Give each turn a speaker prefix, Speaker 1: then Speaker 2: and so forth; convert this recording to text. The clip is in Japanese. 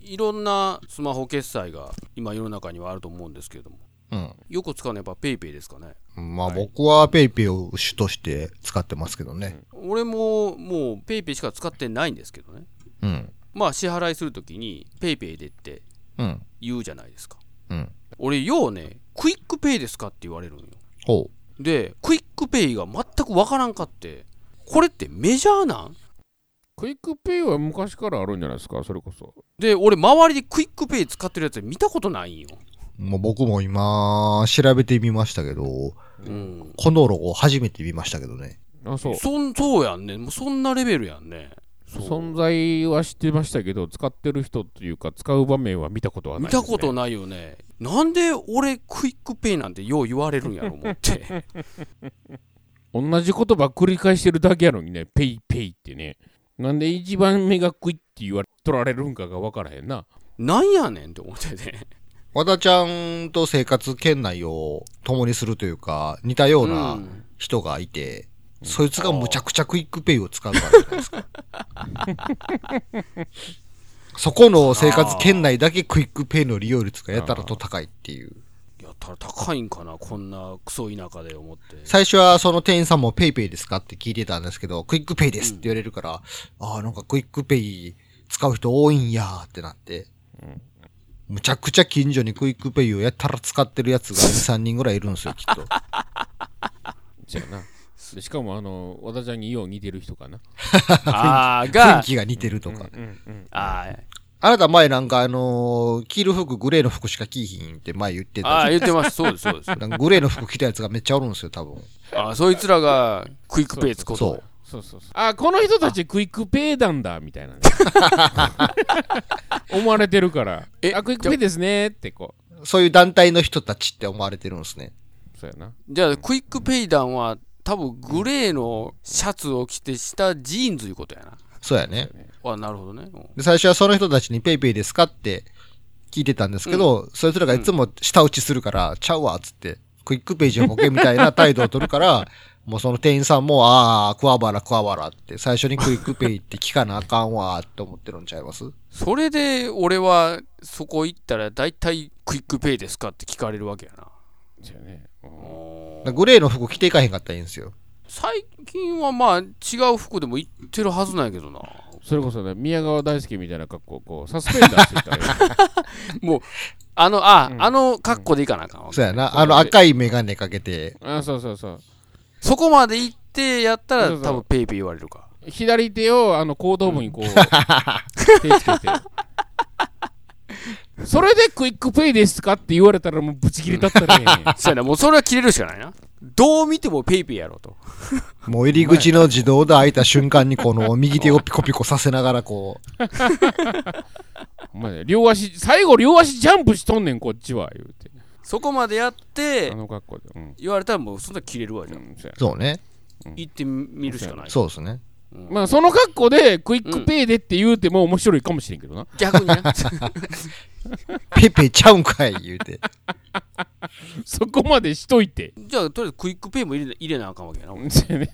Speaker 1: いろんなスマホ決済が今世の中にはあると思うんですけれども、
Speaker 2: うん。
Speaker 1: よく使うのはやっぱ PayPay ですかね。
Speaker 2: まあ
Speaker 1: はい
Speaker 2: 僕はペイペイを主として使ってますけどね。
Speaker 1: 俺ももう PayPay しか使ってないんですけどね。
Speaker 2: うん。
Speaker 1: まあ支払いするときに PayPay でって
Speaker 2: うん。
Speaker 1: 言うじゃないですか。
Speaker 2: うん。
Speaker 1: 俺、ようね、クイックペイですかって言われるんよ。
Speaker 2: ほ
Speaker 1: で、クイックペイが全くわからんかって、これってメジャーなん
Speaker 3: クイックペイは昔からあるんじゃないですか、それこそ。
Speaker 1: で、俺、周りでクイックペイ使ってるやつ見たことないんよ。
Speaker 2: う。もう僕も今、調べてみましたけど、
Speaker 1: うん。
Speaker 2: コノロを初めて見ましたけどね。
Speaker 3: あ、そう。
Speaker 1: そん、そうやんね。もうそんなレベルやんね。
Speaker 3: 存在は知ってましたけど、使ってる人というか、使う場面は見たことはな
Speaker 1: 見
Speaker 3: いです、ね。
Speaker 1: たことないよね。なんで俺、クイックペイなんてよう言われるんやろ、思って。
Speaker 3: 同じ言葉繰り返してるだけやのにね、ペイペイってね。なんで一番目がクイって言われ取られるんかが分からへんな。
Speaker 1: なんやねんって思ってね。
Speaker 2: 和田ちゃんと生活圏内を共にするというか、似たよう
Speaker 1: う
Speaker 2: なん人がいて、そいつがむちゃくちゃクイックペイを使うからじゃないですか。そこの生活圏内だけクイックペイの利用率がやたらと高いっていう。
Speaker 1: やったら高いんかな、こんなクソ田舎で思って。
Speaker 2: 最初はその店員さんもペイペイですかって聞いてたんですけど、クイックペイですって言われるから、ああ、なんかクイックペイ使う人多いんやーってなって、むちゃくちゃ近所にクイックペイをやたら使ってるやつ が2、3人ぐらいいるんですよ、きっと。
Speaker 3: そや な。でしかも、あの、和田ちゃんによう似てる人かな。
Speaker 1: あー
Speaker 2: 雰 囲
Speaker 1: が、
Speaker 2: 気が似てるとか。
Speaker 3: うんうん。
Speaker 1: あー
Speaker 2: あなた前なんかあのー着る服グレーの服しか着いひんって前言って
Speaker 1: あ
Speaker 2: た
Speaker 1: ー、言
Speaker 2: じ
Speaker 1: ってます、そうです、そうです
Speaker 2: ゃ。ん。なんかグレーの服着たやつがめっちゃおるんですよ、多分。
Speaker 1: あーそいつらがクイックペイ使う
Speaker 2: そ
Speaker 1: と
Speaker 2: う。
Speaker 3: そうそうそう。あ、この人たちクイックペイなんだ、み たいなね。思われてるから。
Speaker 1: え
Speaker 3: え、あ、クイックペイですねってこ
Speaker 2: そういう団体の人たちって思われてるんですね。
Speaker 3: う。そうやな。
Speaker 1: じゃあクイックペイ団は多分グレーのシャツを着て下ジーンズいうことやな
Speaker 2: そうやね。
Speaker 1: あなるほどねうん
Speaker 2: で最初はその人たちにペイペイですかって聞いてたんですけど、そいつらがいつも舌打ちするから、ちゃうわ、っつって、クイックペイじゃボケみたいな態度を取る から、もうその店員さんも、ああ、クワバラクワバラって、最初にクイックペイって聞かなあかんわ、って思ってるんちゃいます
Speaker 1: それで俺はそこ行ったら大体クイックペイですかって聞かれるわけやな
Speaker 3: そうやね。うん
Speaker 1: おー
Speaker 2: グレーの服着ていかへんかったらいいんですよ。
Speaker 1: 最近はまあ違う服でも行ってるはずなんやけど な
Speaker 3: それこそね、宮川大輔みたいな格好、こう、サスペンダーしてたら
Speaker 1: あのあ、
Speaker 3: うん
Speaker 1: あの格好で行かなあかんわ
Speaker 2: そうやな。あの赤いメガネかけて、
Speaker 3: あ、そうそうそう。
Speaker 1: そこまで行ってやったら
Speaker 3: そうそう
Speaker 1: 多分ペイペイ言われるか
Speaker 3: 左手をあの後頭部にこ う、手つけて。それでクイックペイですかって言われたらもうブチ切れだったね。
Speaker 1: そうやなもうそれは切れるしかないなどう見てもペイペイやろと
Speaker 2: もう入り口の自動で開いた瞬間に、この右手をピコピコさせながら、こう、
Speaker 3: お前ね両足、最後両足ジャンプしとんねん、こっちは。言うて。
Speaker 1: そこまでやって
Speaker 3: あの格好で。うん。
Speaker 1: 言われたらもうそんな切れるわじゃん
Speaker 3: うんそうや
Speaker 2: そうね。
Speaker 1: 行ってみるしかない。
Speaker 2: そうですね。
Speaker 1: うん
Speaker 3: まあその格好でクイックペイでって言うても面白いかもしれんけどな。
Speaker 1: 逆 にな。
Speaker 2: ペイペイちゃうんかい、言うて。
Speaker 3: そこまでしといて。
Speaker 1: じゃあ、とりあえずクイックペイも入れ入れなあかんわけやな。
Speaker 3: うんそうやね